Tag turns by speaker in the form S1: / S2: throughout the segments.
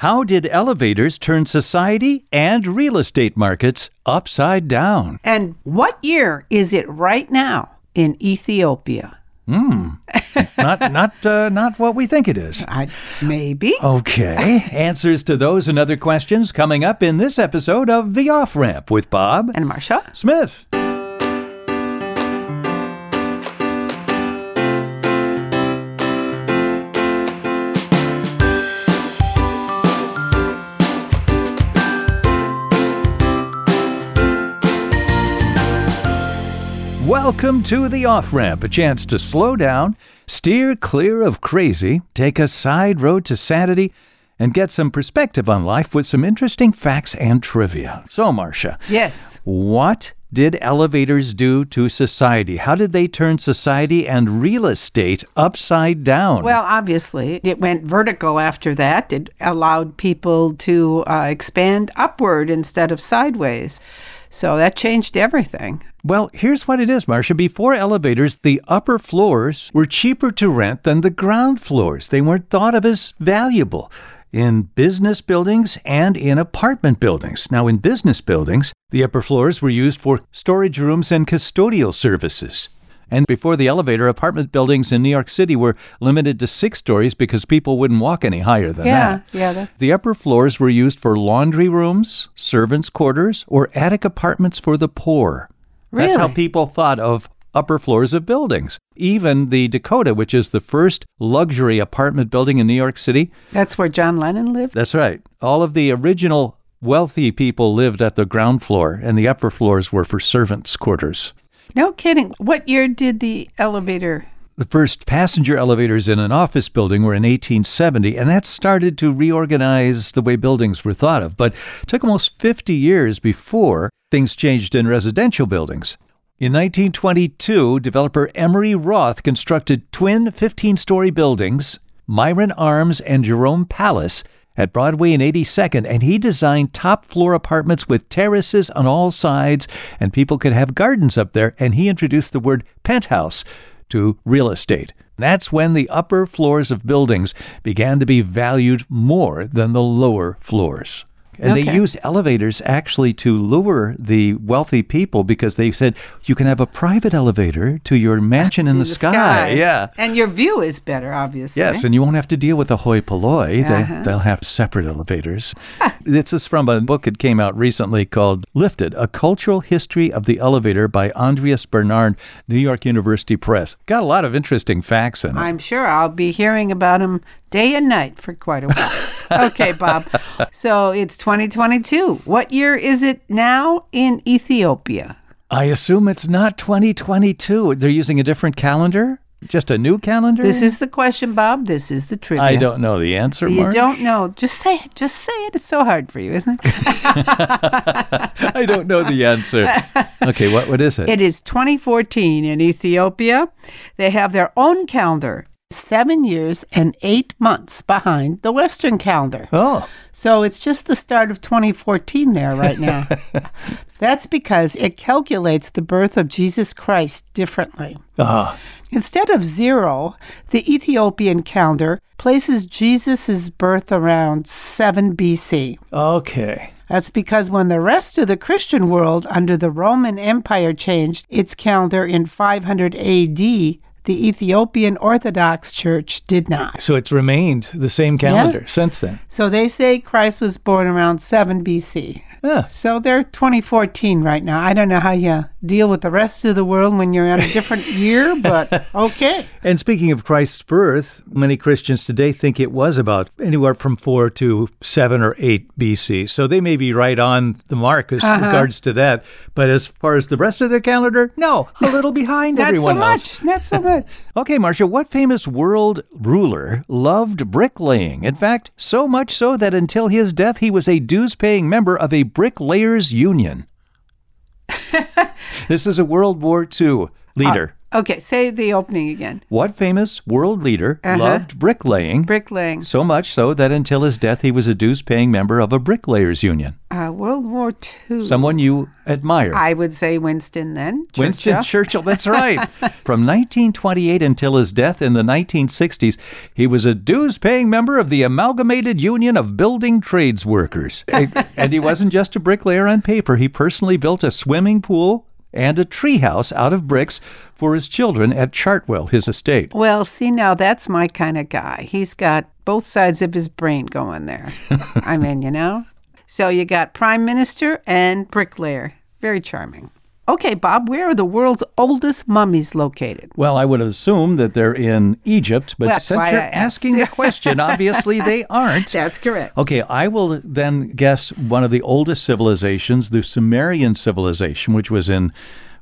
S1: How did elevators turn society and real estate markets upside down?
S2: And what year is it right now in Ethiopia?
S1: not not uh, not what we think it is.
S2: I, maybe.
S1: Okay. Answers to those and other questions coming up in this episode of The Off Ramp with Bob
S2: And Marcia?
S1: Smith. Welcome to the off ramp, a chance to slow down, steer clear of crazy, take a side road to sanity, and get some perspective on life with some interesting facts and trivia. So, Marcia,
S2: Yes.
S1: what did elevators do to society? How did they turn society and real estate upside down?
S2: Well, obviously, it went vertical after that. It allowed people to uh, expand upward instead of sideways. So that changed everything.
S1: Well, here's what it is, Marcia. Before elevators, the upper floors were cheaper to rent than the ground floors. They weren't thought of as valuable in business buildings and in apartment buildings. Now, in business buildings, the upper floors were used for storage rooms and custodial services. And before the elevator, apartment buildings in New York City were limited to six stories because people wouldn't walk any higher than
S2: yeah,
S1: that.
S2: yeah. That,
S1: The upper floors were used for laundry rooms, servants' quarters, or attic apartments for the poor.
S2: really?
S1: That's how people thought of upper floors of buildings. Even the Dakota, which is the first luxury apartment building in New York City.
S2: That's where John Lennon lived?
S1: That's right. All of the original wealthy people lived at the ground floor, and the upper floors were for servants' quarters.
S2: No kidding. What year did the elevator?
S1: The first passenger elevators in an office building were in 1870, and that started to reorganize the way buildings were thought of. But it took almost 50 years before things changed in residential buildings. In 1922, developer Emery Roth constructed twin 15 story buildings, Myron Arms and Jerome Palace, at Broadway and 82nd, and he designed top floor apartments with terraces on all sides, and people could have gardens up there. And he introduced the word penthouse to real estate. That's when the upper floors of buildings began to be valued more than the lower floors. And they
S2: Okay.
S1: used elevators actually to lure the wealthy people because they said you can have a private elevator to your mansion in the, sky. Yeah.
S2: And your view is better, obviously.
S1: Yes, and you won't have to deal with the hoi polloi.
S2: Uh-huh.
S1: They, they'll have separate elevators. this is from a book that came out recently called Lifted A Cultural History of the Elevator by Andreas Bernard, New York University Press. Got a lot of interesting facts in it.
S2: I'm sure I'll be hearing about him day and night for quite a while. okay, Bob. So it's 2022. What year is it now in Ethiopia?
S1: I assume it's not 2022. They're using a different calendar? Just a new calendar?
S2: This is the question, Bob. This is the trivia.
S1: I don't know the answer,
S2: You
S1: Marge.
S2: don't know. Just say it. Just say it. It's so hard for you, isn't it?
S1: I don't know the answer. Okay, what, what is it?
S2: It is 2014 in Ethiopia. They have their own calendar, seven years and eight months behind the Western calendar.
S1: oh,
S2: So it's just the start of 2014 there right now. That's because it calculates the birth of Jesus Christ differently.
S1: ah,
S2: Instead of zero, the Ethiopian calendar places Jesus' birth around 7 BC.
S1: okay.
S2: That's because when the rest of the Christian world under the Roman Empire changed its calendar in 500 AD, the Ethiopian Orthodox Church did not.
S1: So it's remained the same calendar since then.
S2: So they say Christ was born around 7 BC.
S1: Yeah.
S2: So they're 2014 right now. I don't know how you deal with the rest of the world when you're on a different year, but okay.
S1: And speaking of Christ's birth, many Christians today think it was about anywhere from 4 to 7 or 8 BC. So they may be right on the mark as
S2: Uh-huh.
S1: regards to that. But as far as the rest of their calendar, no, a little behind
S2: Not so
S1: everyone else.
S2: much. Not so much.
S1: Okay, Marcia, what famous world ruler loved bricklaying? In fact, so much so that until his death, he was a dues paying member of a bricklayers union. this is a World War II leader.
S2: Okay, say the opening again.
S1: What famous world leader
S2: Uh-huh.
S1: loved bricklaying
S2: Bricklaying.
S1: so much so that until his death he was a dues paying member of a bricklayers union?
S2: Uh, World War II.
S1: Someone you admire.
S2: I would say Winston then.
S1: Winston Churchill, that's right. From 1928 until his death in the 1960s, he was a dues paying member of the Amalgamated Union of Building Trades Workers. and and he wasn't just a bricklayer on paper, he personally built a swimming pool and a treehouse out of bricks for his children at Chartwell, his estate.
S2: Well, see now that's my kind of guy. He's got both sides of his brain going there. I mean, you know. So you got prime minister and bricklayer. Very charming. Okay, Bob, where are the world's oldest mummies located?
S1: Well, I would assume that they're in Egypt, but
S2: That's why
S1: since you're
S2: I asked.
S1: asking the question, obviously they aren't.
S2: That's correct.
S1: Okay, I will then guess one of the oldest civilizations, the Sumerian civilization, which was in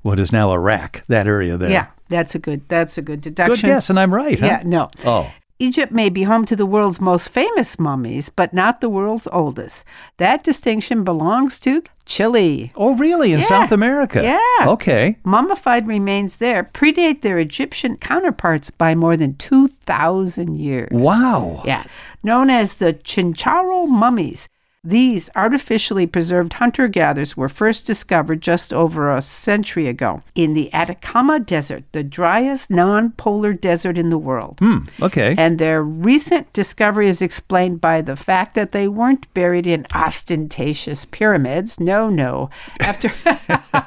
S1: what is now Iraq, that area there.
S2: Yeah, that's a good that's a good
S1: Good
S2: deduction.
S1: guess, and I'm right, huh?
S2: Yeah, no.
S1: Oh,
S2: Egypt may be home to the world's most famous mummies, but not the world's oldest. That distinction belongs to Chile.
S1: oh, really? In
S2: Yeah.
S1: South America?
S2: Yeah.
S1: Okay.
S2: Mummified remains there predate their Egyptian counterparts by more than 2,000 years.
S1: Wow.
S2: Yeah. Known as the Chincharo mummies, these artificially preserved hunter gatherers were first discovered just over a century ago in the Atacama Desert, the driest non polar desert in the world.
S1: Hmm. Okay.
S2: And their recent discovery is explained by the fact that they weren't buried in ostentatious pyramids. No, no. After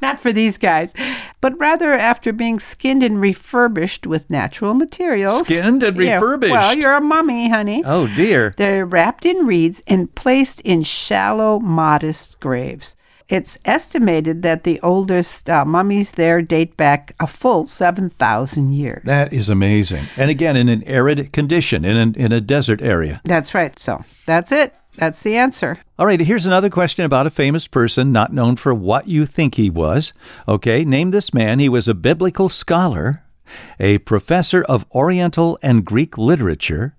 S2: not for these guys, but rather after being skinned and refurbished with natural materials.
S1: Skinned and
S2: Yeah, well,
S1: refurbished.
S2: you're a mummy, honey.
S1: oh, dear.
S2: They're wrapped in reeds and placed in shallow, modest graves. It's estimated that the oldest uh, mummies there date back a full 7,000 years.
S1: That is amazing. And again, in an arid condition, in, an, in a desert area.
S2: That's right. So that's it. That's the answer.
S1: All right, here's another question about a famous person not known for what you think he was. Okay, name this man. He was a biblical scholar, a professor of Oriental and Greek literature,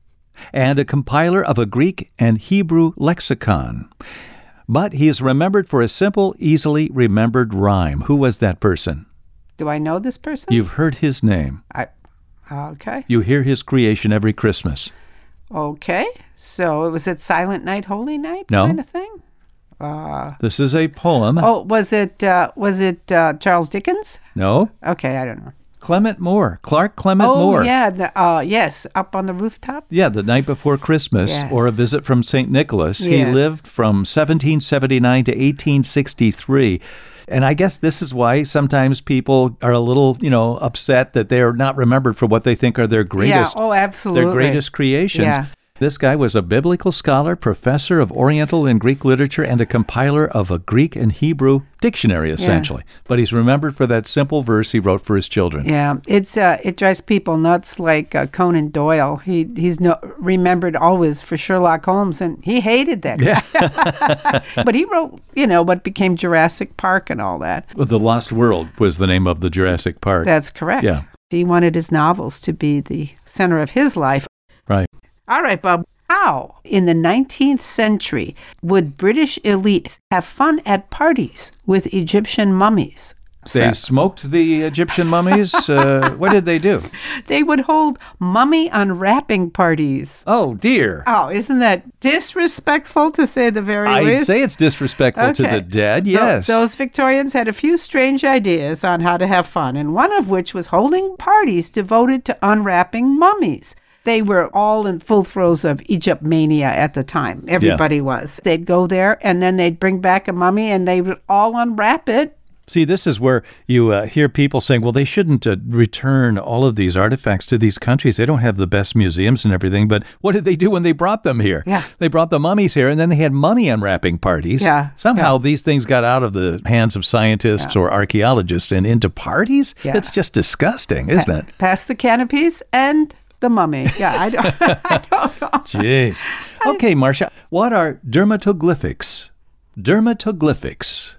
S1: and a compiler of a Greek and Hebrew lexicon. But he is remembered for a simple, easily remembered rhyme. Who was that person?
S2: Do I know this person?
S1: You've heard his name.
S2: I, okay.
S1: You hear his creation every Christmas.
S2: Okay. So it was it Silent Night, Holy Night
S1: No.
S2: kind of thing? Uh,
S1: This is a poem.
S2: oh, was it uh, was it uh, Charles Dickens?
S1: No,
S2: Okay, I don't know.
S1: Clement Moore. Clark Clement
S2: oh
S1: Moore.
S2: yeah, the, uh, yes, up on the rooftop.
S1: Yeah, the night before Christmas
S2: Yes.
S1: or a visit from St. Nicholas. He
S2: Yes.
S1: lived from 1779 to 1863. And I guess this is why sometimes people are a little, you know, upset that they're not remembered for what they think are their greatest
S2: yeah. Oh, absolutely.
S1: their greatest creations.
S2: Yeah.
S1: This guy was a biblical scholar, professor of Oriental and Greek literature, and a compiler of a Greek and Hebrew dictionary, essentially. But he's remembered for that simple verse he wrote for his children.
S2: Yeah, it's uh, it drives people nuts. Like uh, Conan Doyle, he he's no, remembered always for Sherlock Holmes, and he hated that. Yeah. but he wrote, you know, what became Jurassic Park and all that.
S1: The Lost World was the name of the Jurassic Park.
S2: That's correct.
S1: Yeah.
S2: He wanted his novels to be the center of his life.
S1: right.
S2: All right, Bob. How in the 19th century would British elites have fun at parties with Egyptian mummies?
S1: They smoked the Egyptian mummies. uh, what did they do?
S2: They would hold mummy unwrapping parties.
S1: Oh dear!
S2: Oh, isn't that disrespectful to say the very
S1: I'd
S2: least?
S1: say it's disrespectful to
S2: Okay.
S1: the dead.
S2: Tho-
S1: Yes.
S2: Those Victorians had a few strange ideas on how to have fun, and one of which was holding parties devoted to unwrapping mummies. They were all in full throes of Egypt mania at the time. Everybody was. They'd go there and then they'd bring back a mummy and they would all unwrap it.
S1: See, this is where you uh, hear people saying, "Well, they shouldn't uh, return all of these artifacts to these countries. They don't have the best museums and everything." But what did they do when they brought them here?
S2: Yeah.
S1: They brought the mummies here, and then they had mummy unwrapping parties.
S2: Yeah,
S1: Somehow these things got out of the hands of scientists or archaeologists and into parties.
S2: Yeah.
S1: That's just disgusting, isn't it?
S2: Past the canopies and the mummy. Yeah, I don't, I don't know.
S1: Jeez. Okay, Marcia, what are dermatoglyphics? Dermatoglyphics.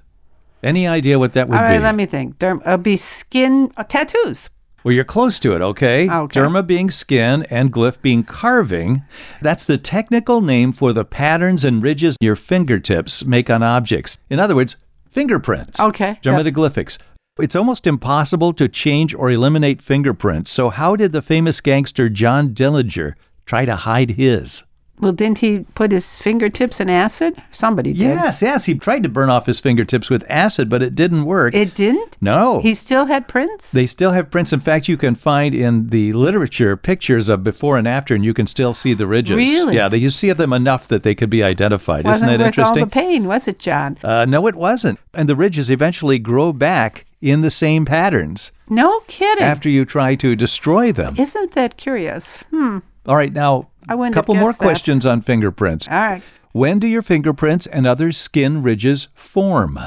S1: Any idea what that would
S2: All right,
S1: be?
S2: let me think. Derm- it'll be skin uh, tattoos.
S1: well, you're close to it, okay?
S2: Okay.
S1: Derma being skin and glyph being carving. That's the technical name for the patterns and ridges your fingertips make on objects. In other words, fingerprints.
S2: Okay.
S1: Dermatoglyphics. It's almost impossible to change or eliminate fingerprints. So, how did the famous gangster John Dillinger try to hide his?
S2: Well, didn't he put his fingertips in acid? Somebody did.
S1: Yes, yes. He tried to burn off his fingertips with acid, but it didn't work.
S2: It didn't?
S1: no.
S2: He still had prints?
S1: Oh. They still have prints. In fact, you can find in the literature pictures of before and after, and you can still see the ridges.
S2: Really?
S1: Yeah, they, you see them enough that they could be identified.
S2: Wasn't
S1: Isn't that
S2: worth
S1: interesting?
S2: all the pain, was it, John?
S1: uh, no, it wasn't. And the ridges eventually grow back in the same patterns
S2: No kidding.
S1: after you try to destroy them.
S2: Isn't that curious? Hmm.
S1: All right, now
S2: I
S1: a
S2: wouldn't have
S1: couple more
S2: guessed that.
S1: questions on fingerprints.
S2: All right.
S1: When do your fingerprints and other skin ridges form?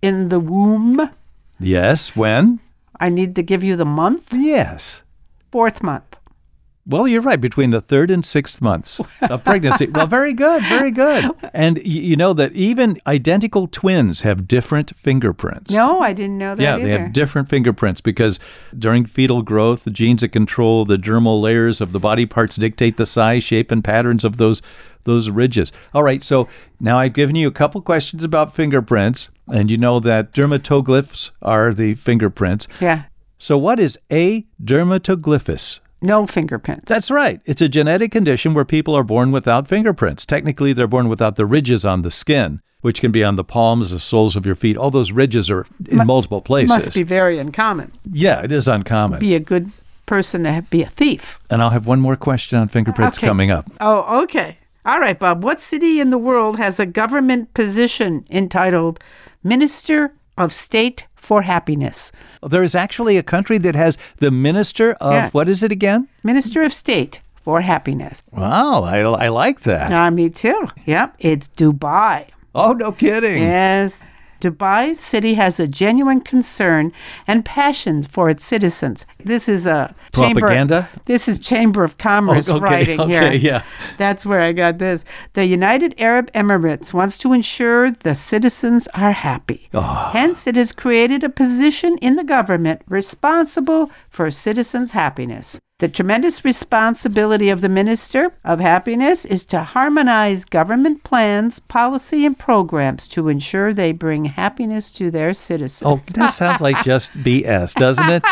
S2: In the womb,
S1: Yes, when?
S2: I need to give you the month,
S1: Yes.
S2: fourth month.
S1: Well, you're right. Between the third and sixth months of pregnancy. well, very good, very good. And y- you know that even identical twins have different fingerprints.
S2: No, I didn't know that
S1: Yeah,
S2: either.
S1: they have different fingerprints because during fetal growth, the genes that control the dermal layers of the body parts dictate the size, shape, and patterns of those those ridges. All right, so now I've given you a couple questions about fingerprints, and you know that dermatoglyphs are the fingerprints.
S2: yeah.
S1: So, what is a dermatoglyphus?
S2: No fingerprints.
S1: That's right. It's a genetic condition where people are born without fingerprints. Technically, they're born without the ridges on the skin, which can be on the palms, the soles of your feet. All those ridges are in multiple places.
S2: must be very uncommon.
S1: Yeah, it is uncommon.
S2: Be a good person to be a thief.
S1: and I'll have one more question on fingerprints
S2: Okay.
S1: coming up.
S2: Oh, okay. All right, Bob. What city in the world has a government position entitled Minister of State for Happiness?
S1: There is actually a country that has the minister of
S2: Yeah.
S1: what is it again?
S2: Minister of State for Happiness.
S1: Wow, I, I like that.
S2: Ah, me too. Yep, it's Dubai.
S1: Oh, no kidding.
S2: Yes. Dubai city has a genuine concern and passion for its citizens. This is a
S1: Propaganda?
S2: Chamber, this is Chamber of Commerce
S1: Oh, okay,
S2: writing
S1: okay,
S2: here.
S1: yeah.
S2: That's where I got this. The United Arab Emirates wants to ensure the citizens are happy.
S1: Ah.
S2: Hence, it has created a position in the government responsible for citizens' happiness. The tremendous responsibility of the Minister of Happiness is to harmonize government plans, policy, and programs to ensure they bring happiness to their citizens.
S1: Oh, that sounds like just BS, doesn't it?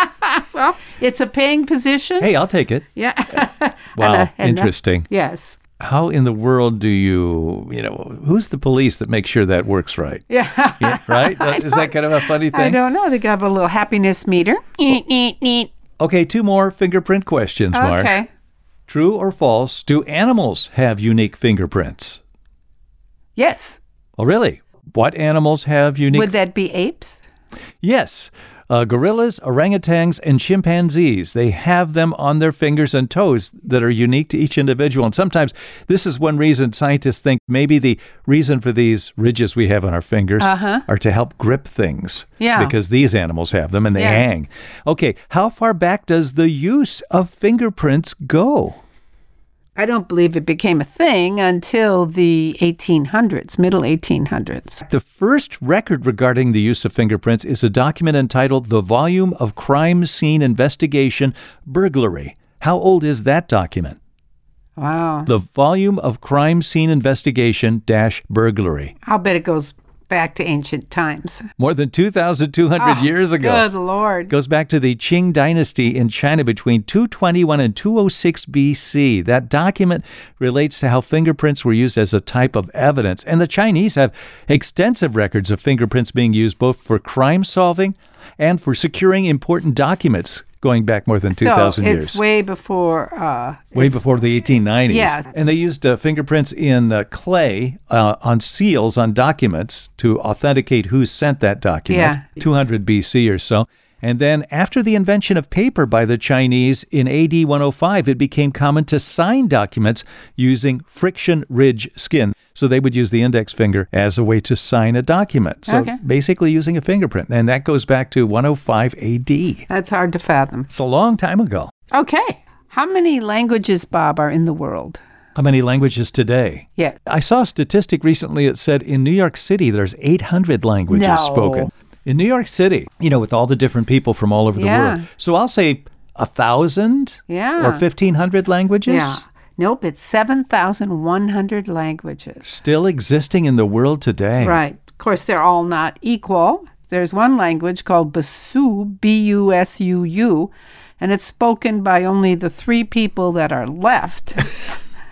S2: Well, it's a paying position.
S1: Hey, I'll take it.
S2: Yeah.
S1: Wow,
S2: And, uh, and, uh,
S1: interesting.
S2: Yes.
S1: How in the world do you, you know, who's the police that makes sure that works right?
S2: Yeah.
S1: Yeah, right? That- Is that kind of a funny
S2: I
S1: thing?
S2: don't know. They have a little happiness meter. okay.
S1: Okay, two more fingerprint questions, Mark. True or false, do animals have unique fingerprints?
S2: Yes.
S1: Oh, really? What animals have unique?
S2: Would that be apes?
S1: yes, uh, gorillas, orangutans, and chimpanzees. They have them on their fingers and toes that are unique to each individual. And sometimes this is one reason scientists think maybe the reason for these ridges we have on our fingers are to help grip things.
S2: Uh-huh. Yeah.
S1: Because these animals have them and they
S2: Yeah.
S1: hang. Okay, how far back does the use of fingerprints go?
S2: I don't believe it became a thing until the 1800s, middle 1800s.
S1: The first record regarding the use of fingerprints is a document entitled The Volume of Crime Scene Investigation Burglary. How old is that document?
S2: Wow.
S1: The Volume of Crime Scene Investigation Dash Burglary.
S2: I'll bet it goes back to ancient times.
S1: More than 2,200
S2: Oh,
S1: years ago.
S2: Good Lord.
S1: goes back to the Qing dynasty in China between 221 and 206 BC. That document relates to how fingerprints were used as a type of evidence. And the Chinese have extensive records of fingerprints being used both for crime solving and for securing important documents going back more than 2,000
S2: so
S1: years.
S2: It's way before. Uh,
S1: Way before the 1890s.
S2: Yeah.
S1: And they used uh, fingerprints in uh, clay uh, on seals on documents to authenticate who sent that document,
S2: Yeah.
S1: 200 BC or so. And then after the invention of paper by the Chinese in AD 105, it became common to sign documents using friction ridge skin. So they would use the index finger as a way to sign a document. So
S2: Okay.
S1: basically using a fingerprint. And that goes back to 105 AD. It's
S2: that's hard to fathom.
S1: a long time ago.
S2: Okay. How many languages, Bob, are in the world?
S1: How many languages today?
S2: Yeah.
S1: I saw a statistic recently that said in New York City there's 800 languages
S2: No.
S1: spoken. In New York City, you know, with all the different people from all over the
S2: Yeah.
S1: world. So I'll say a thousand
S2: Yeah.
S1: or 1500 languages
S2: Yeah. Nope, it's 7,100 languages.
S1: still existing in the world today.
S2: Right. Of course, they're all not equal. There's one language called Basu, B U S U U, and it's spoken by only the three people that are left.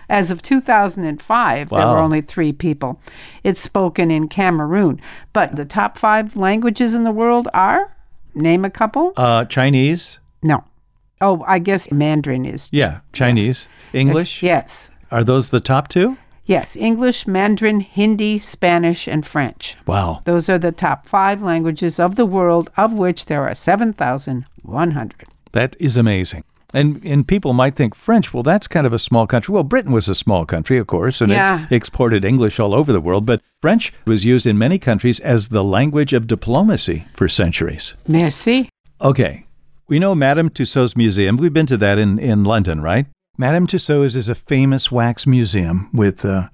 S2: As of 2005, there were
S1: Wow.
S2: only three people. It's spoken in Cameroon. But the top five languages in the world are? Name a couple?
S1: Uh, Chinese?
S2: no. Oh, I guess Mandarin is.
S1: Yeah, Chinese. English?
S2: Yes.
S1: Are those the top two?
S2: Yes. English, Mandarin, Hindi, Spanish, and French.
S1: Wow.
S2: Those are the top five languages of the world, of which there are 7,100.
S1: That is amazing. And and people might think French, well, that's kind of a small country. Well, Britain was a small country, of course, and
S2: Yeah.
S1: it exported English all over the world, but French was used in many countries as the language of diplomacy for centuries.
S2: Merci.
S1: Okay. We know Madame Tussauds Museum. We've been to that in, in London, right? Madame Tussauds is a famous wax museum with uh,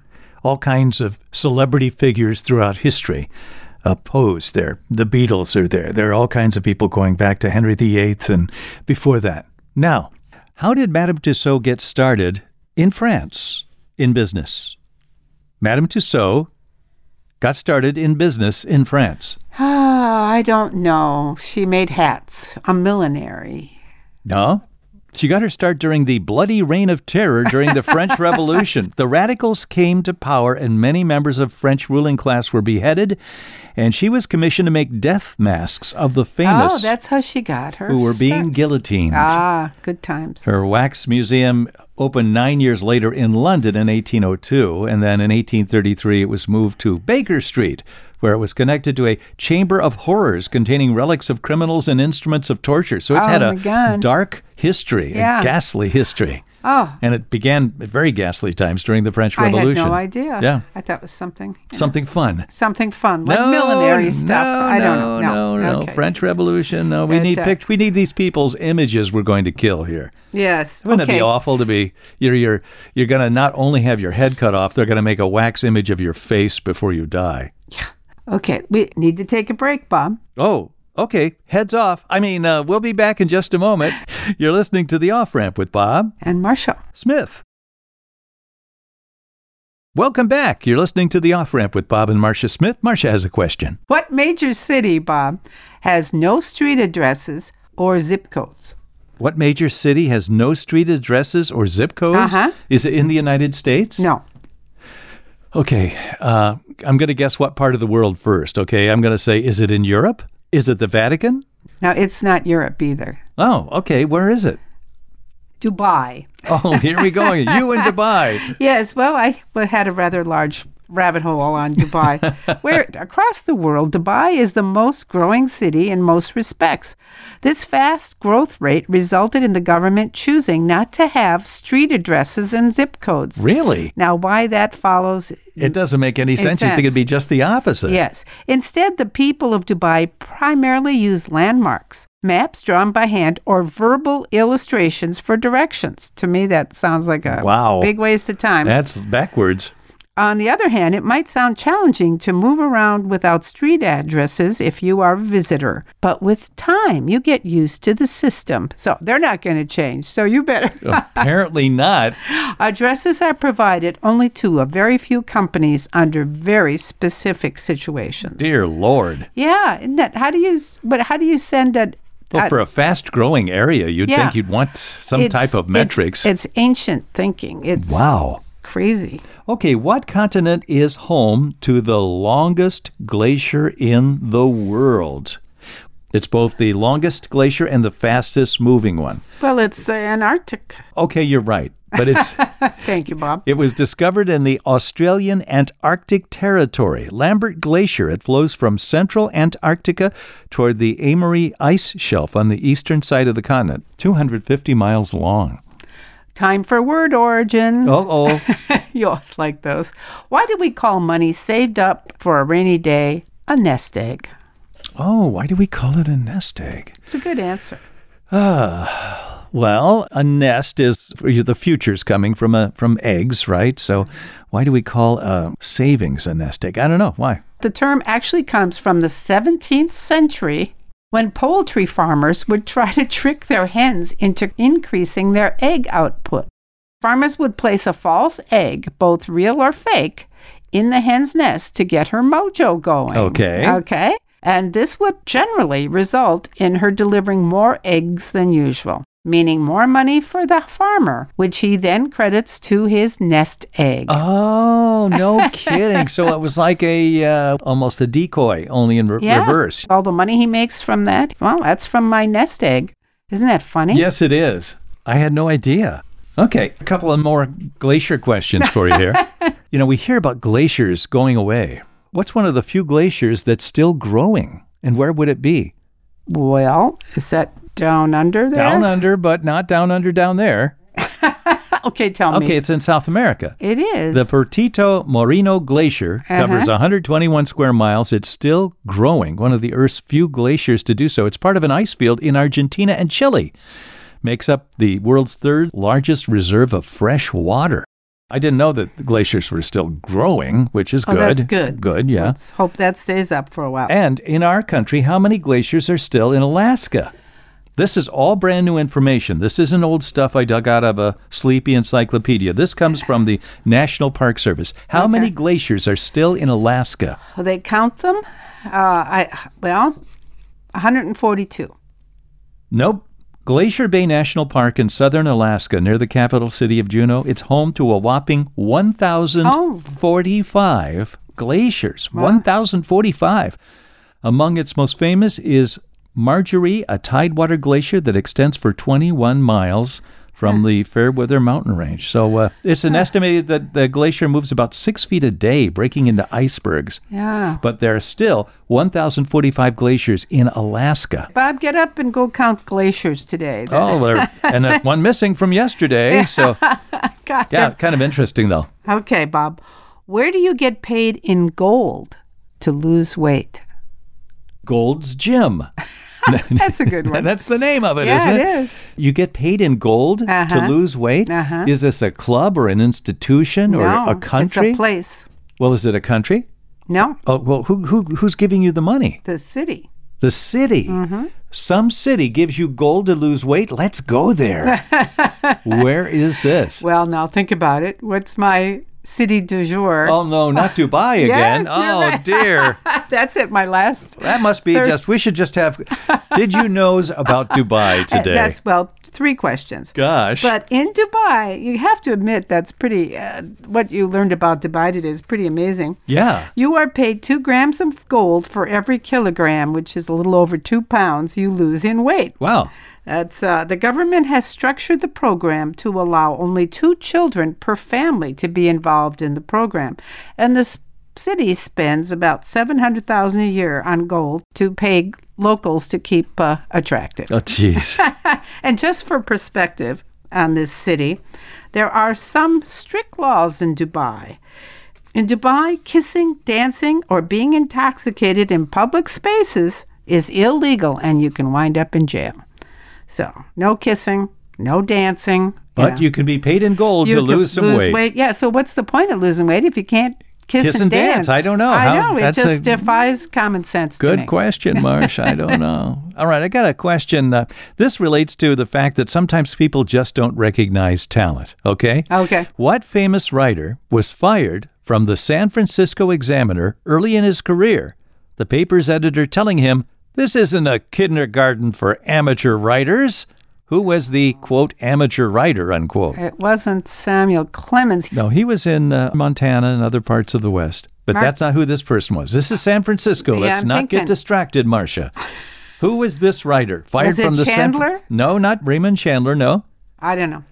S1: all kinds of celebrity figures throughout history uh, posed there. The Beatles are there. There are all kinds of people going back to Henry VIII and before that. Now, how did Madame Tussauds get started in France in business? Madame Tussauds got started in business in France.
S2: Ah, I don't know. She made hats, a millinery.
S1: No. She got her start during the bloody reign of terror during the French Revolution. The radicals came to power, and many members of French ruling class were beheaded. And she was commissioned to make death masks of the
S2: Oh,
S1: famous
S2: that's how she got her.
S1: who were being
S2: start.
S1: guillotined.
S2: Ah, good times.
S1: Her wax museum opened nine years later in London in 1802, and then in 1833 it was moved to Baker Street, where it was connected to a chamber of horrors containing relics of criminals and instruments of torture. So it's
S2: Oh,
S1: had
S2: my
S1: a
S2: God.
S1: dark history,
S2: Yeah.
S1: a ghastly history.
S2: Oh,
S1: And it began at very ghastly times during the French
S2: I had
S1: Revolution.
S2: no idea.
S1: Yeah.
S2: I thought it was something.
S1: Something fun.
S2: Something fun, like
S1: No,
S2: millinery stuff.
S1: No,
S2: I don't know.
S1: No, no, no.
S2: Okay.
S1: French Revolution. No, we
S2: It,
S1: need
S2: uh,
S1: pict- we need these people's images we're going to kill here.
S2: Yes.
S1: Wouldn't
S2: okay.
S1: it be awful to be you're you're you're gonna not only have your head cut off, they're gonna make a wax image of your face before you die.
S2: Okay, we need to take a break, Bob.
S1: Oh, okay, heads off. I mean, uh, we'll be back in just a moment. You're listening to the Off Ramp with Bob
S2: And Marshall.
S1: Smith. Welcome back. You're listening to the Off Ramp with Bob and Marcia Smith. Marcia has a question.
S2: What major city, Bob, has no street addresses or zip codes?
S1: What major city has no street addresses or zip codes?
S2: Uh-huh.
S1: Is it in the United States?
S2: No.
S1: Okay, uh, I'm going to guess what part of the world first. Okay, I'm going to say, is it in Europe? Is it the Vatican?
S2: Now, it's not Europe either.
S1: Oh, okay, where is it?
S2: Dubai.
S1: Oh, here we go. you in Dubai.
S2: Yes, well, I w- had a rather large rabbit hole on Dubai, where across the world, Dubai is the most growing city in most respects. This fast growth rate resulted in the government choosing not to have street addresses and zip codes.
S1: Really?
S2: Now, why that follows
S1: It doesn't make any sense. You think
S2: sense.
S1: it'd be just the opposite.
S2: Yes. Instead, the people of Dubai primarily use landmarks, maps drawn by hand, or verbal illustrations for directions. To me, that sounds like a
S1: Wow.
S2: big waste of time.
S1: That's backwards.
S2: On the other hand, it might sound challenging to move around without street addresses if you are a visitor. But with time, you get used to the system. So they're not going to change. So you better.
S1: Apparently not.
S2: addresses are provided only to a very few companies under very specific situations.
S1: Dear Lord.
S2: Yeah, isn't that how do you? s- But how do you send a?
S1: Well,
S2: a-
S1: for a fast growing area, you'd
S2: Uh, Yeah.
S1: think you'd want some
S2: it's-
S1: type of
S2: it's-
S1: metrics.
S2: It's, ancient thinking. It's
S1: wow.
S2: crazy.
S1: Okay, what continent is home to the longest glacier in the world? It's both the longest glacier and the fastest moving one.
S2: Well, it's uh, Antarctic.
S1: Okay, you're right, but it's
S2: Thank you, Bob.
S1: it was discovered in the Australian Antarctic Territory, Lambert Glacier. It flows from central Antarctica toward the Amory Ice Shelf on the eastern side of the continent, 250 miles long.
S2: Time for word origin.
S1: Uh-oh.
S2: you always like those. Why do we call money saved up for a rainy day a nest egg?
S1: oh, why do we call it a nest egg?
S2: It's a good answer.
S1: Ah, Well, a nest is the future's coming from a from eggs, right? So, why do we call uh, savings a nest egg? I don't know why.
S2: The term actually comes from the 17th century when poultry farmers would try to trick their hens into increasing their egg output. Farmers would place a false egg, both real or fake, in the hen's nest to get her mojo going.
S1: Okay.
S2: Okay. and this would generally result in her delivering more eggs than usual, meaning more money for the farmer, which he then credits to his nest egg.
S1: Oh, no kidding. So it was like a uh, almost a decoy, only in re-
S2: Yeah.
S1: reverse.
S2: All the money he makes from that, well, that's from my nest egg. Isn't that funny?
S1: Yes, it is. I had no idea. Okay, a couple of more glacier questions for you here. you know, we hear about glaciers going away. What's one of the few glaciers that's still growing, and where would it be?
S2: Well, is that down under there?
S1: Down under, but not down under down there.
S2: okay, tell me.
S1: Okay, it's in South America.
S2: It is.
S1: The Pertito Moreno Glacier
S2: Uh-huh.
S1: covers 121 square miles. It's still growing, one of the Earth's few glaciers to do so. It's part of an ice field in Argentina and Chile, makes up the world's third largest reserve of fresh water. I didn't know that the glaciers were still growing, which is
S2: oh,
S1: good.
S2: that's good.
S1: Good, yeah.
S2: Let's hope that stays up for a while.
S1: and in our country, how many glaciers are still in Alaska? This is all brand new information. This isn't old stuff I dug out of a sleepy encyclopedia. This comes from the National Park Service. How many glaciers are still in Alaska?
S2: Will they count them? Uh, I well, 142.
S1: Nope. Glacier Bay National Park in southern Alaska, near the capital city of Juneau, it's home to a whopping 1,045 glaciers. 1,045. Among its most famous is Marjorie, a tidewater glacier that extends for 21 miles from the Fairweather Mountain Range. So uh, it's an estimated that the glacier moves about six feet a day, breaking into icebergs.
S2: Yeah.
S1: But there are still 1,045 glaciers in Alaska.
S2: Bob, get up and go count glaciers today.
S1: Oh, there, and uh, one missing from yesterday. So,
S2: God.
S1: yeah, kind of interesting though.
S2: Okay, Bob. Where do you get paid in gold to lose weight?
S1: Gold's Gym.
S2: That's a good one.
S1: That's the name of it,
S2: Yeah,
S1: not
S2: it
S1: it?
S2: is.
S1: You get paid in gold to
S2: Uh-huh.
S1: lose weight.
S2: Uh-huh.
S1: Is this a club or an institution or
S2: no,
S1: a country?
S2: It's a place.
S1: well, is it a country?
S2: No,
S1: Oh, well, who, who who's giving you the money?
S2: the city.
S1: The city.
S2: Mm-hmm.
S1: Some city gives you gold to lose weight. Let's go there. Where is this?
S2: Well, now think about it. What's my city du jour?
S1: Oh no, not Dubai again.
S2: Uh, Yes, you're
S1: oh
S2: right.
S1: dear.
S2: That's it. My last.
S1: That must be
S2: Third-
S1: just. We should just have. Did you knows about Dubai today?
S2: That's well, three questions.
S1: Gosh.
S2: But in Dubai, you have to admit that's pretty. Uh, what you learned about Dubai today is pretty amazing.
S1: yeah.
S2: You are paid two grams of gold for every kilogram, which is a little over two pounds you lose in weight.
S1: Wow.
S2: That's uh, the government has structured the program to allow only two children per family to be involved in the program, and the s- city spends about seven hundred thousand a year on gold to pay locals to keep uh, attractive.
S1: Oh, jeez.
S2: And just for perspective on this city, there are some strict laws in Dubai. In Dubai, kissing, dancing, or being intoxicated in public spaces is illegal and you can wind up in jail. So, no kissing, no dancing.
S1: but you can be paid in gold to
S2: can
S1: lose some weight.
S2: Yeah, so what's the point of losing weight if you can't kiss,
S1: Kiss and dance. I don't know.
S2: I
S1: How-
S2: know. It
S1: that's
S2: just
S1: a-
S2: defies common sense to me.
S1: Good question, Marsh. I don't know. All right, I got a question. Uh, this relates to the fact that sometimes people just don't recognize talent. Okay.
S2: Okay.
S1: What famous writer was fired from the San Francisco Examiner early in his career? The paper's editor telling him, This isn't a kindergarten for amateur writers. Who was the quote amateur writer unquote?
S2: It wasn't Samuel Clemens.
S1: No, he was in uh, Montana and other parts of the West. But
S2: Mar-
S1: that's not who this person was. This is San Francisco.
S2: Yeah,
S1: Let's
S2: I'm
S1: not
S2: thinking.
S1: get distracted, Marcia. Who was this writer? Fired
S2: Was it
S1: from the San-
S2: Chandler?
S1: no, not Raymond Chandler, no.
S2: I don't know.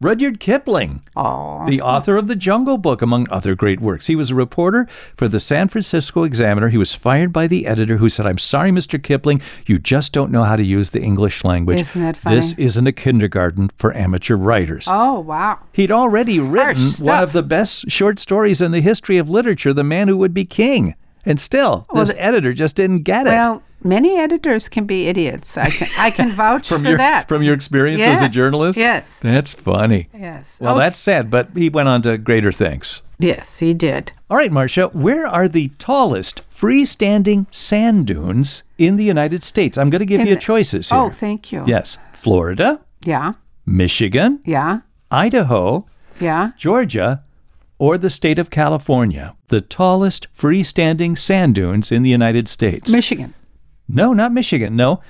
S1: Rudyard Kipling.
S2: Oh.
S1: The author of The Jungle Book, among other great works. He was a reporter for the San Francisco Examiner. He was fired by the editor who said, I'm sorry, Mr. Kipling, you just don't know how to use the English language.
S2: Isn't that funny?
S1: This isn't a kindergarten for amateur writers.
S2: Oh, wow.
S1: He'd already written one
S2: stuff.
S1: of the best short stories in the history of literature, The Man Who Would Be King. And still, this editor just didn't get it.
S2: Well, many editors can be idiots. I can, I can vouch
S1: from
S2: for
S1: your
S2: that.
S1: from your experience as a
S2: Yes,
S1: journalist?
S2: yes.
S1: That's funny.
S2: yes.
S1: Well,
S2: Oh,
S1: that's sad, but he went on to greater things.
S2: yes, he did.
S1: All right, Marcia, where are the tallest freestanding sand dunes in the United States? I'm going to give you choices here.
S2: Oh, thank you.
S1: yes, Florida,
S2: Yeah.
S1: Michigan,
S2: Yeah.
S1: Idaho,
S2: Yeah.
S1: Georgia, or the state of California the tallest freestanding sand dunes in the United States?
S2: Michigan,
S1: no, not Michigan. No,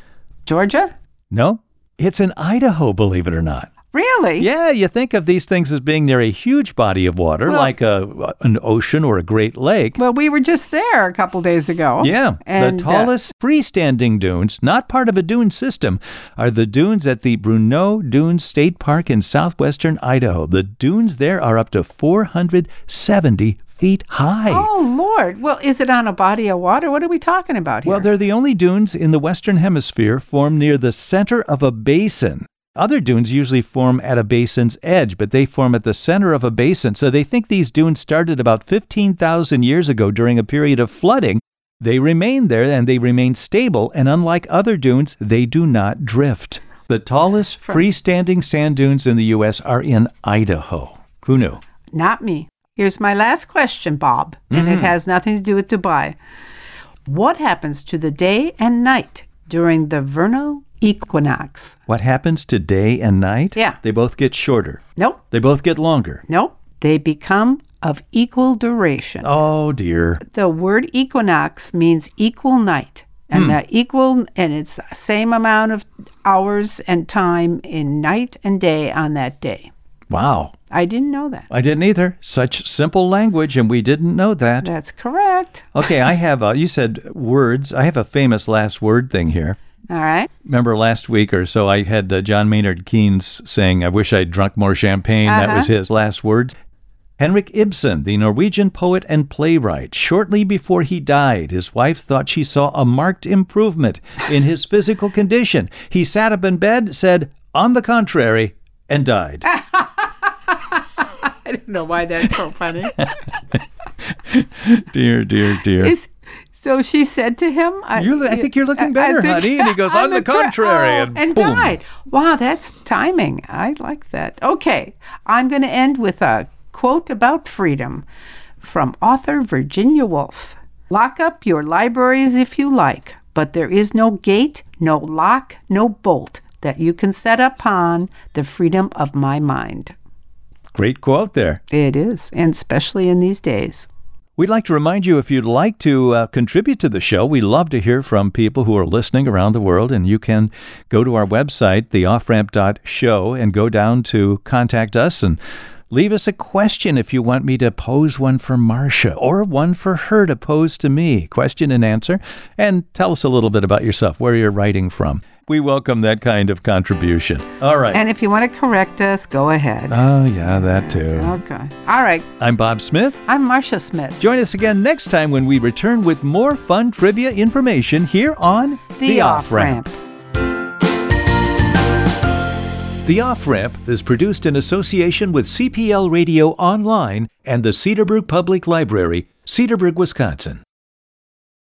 S2: Georgia?
S1: no. It's in Idaho, believe it or not.
S2: Really?
S1: Yeah, you think of these things as being near a huge body of water,
S2: Well-
S1: like a, an ocean or a great lake.
S2: Well, we were just there a couple days ago.
S1: Yeah,
S2: And,
S1: the
S2: uh,
S1: tallest freestanding dunes, not part of a dune system, are the dunes at the Bruneau Dunes State Park in southwestern Idaho. The dunes there are up to 470 feet high.
S2: oh, Lord. Well, is it on a body of water? What are we talking about here?
S1: Well, they're the only dunes in the Western Hemisphere formed near the center of a basin. Other dunes usually form at a basin's edge, but they form at the center of a basin. So they think these dunes started about 15,000 years ago during a period of flooding. They remain there and they remain stable, and unlike other dunes, they do not drift. The tallest
S2: For-
S1: freestanding sand dunes in the U.S. are in Idaho. Who knew?
S2: Not me. Here's my last question, Bob, and it has nothing to do with Dubai. What happens to the day and night during the vernal equinox?
S1: What happens to day and night?
S2: Yeah.
S1: They both get shorter,
S2: Nope,
S1: they both get longer.
S2: nope. They become of equal duration.
S1: Oh dear.
S2: The word equinox means equal night, and the equal, and it's the same amount of hours and time in night and day on that day.
S1: Wow.
S2: I didn't know that.
S1: I didn't either. Such simple language, and we didn't know that.
S2: That's correct.
S1: Okay, I have, a, you said words. I have a famous last word thing here.
S2: All right.
S1: Remember last week or so, I had uh, John Maynard Keynes saying, I wish I'd drunk more champagne. That was his last words. Henrik Ibsen, the Norwegian poet and playwright, shortly before he died, his wife thought she saw a marked improvement in his physical condition. He sat up in bed, said, On the contrary, and died.
S2: I don't know why that's so funny.
S1: dear, dear, dear.
S2: Is- so she said to him, I,
S1: You're li- I think you're looking better, honey. And he goes,
S2: I'm
S1: "On the
S2: cor-
S1: contrary,"
S2: oh,
S1: and boom.
S2: died. Wow, that's timing. I like that. Okay, I'm going to end with a quote about freedom from author Virginia Woolf. Lock up your libraries if you like, but there is no gate, no lock, no bolt that you can set upon the freedom of my mind.
S1: Great quote there.
S2: It is, and especially in these days.
S1: We'd like to remind you if you'd like to uh, contribute to the show, we love to hear from people who are listening around the world. And you can go to our website, theofframp.show, and go down to contact us and leave us a question if you want me to pose one for Marcia or one for her to pose to me. Question and answer. And tell us a little bit about yourself, where you're writing from. We welcome that kind of contribution. All right.
S2: And if you want to correct us, go ahead.
S1: Oh, yeah, that too.
S2: Okay. All right.
S1: I'm Bob Smith.
S2: I'm Marcia Smith.
S1: Join us again next time when we return with more fun trivia information here on The Off Ramp is produced in association with CPL Radio Online and the Cedarbrook Public Library, Cedarburg, Wisconsin.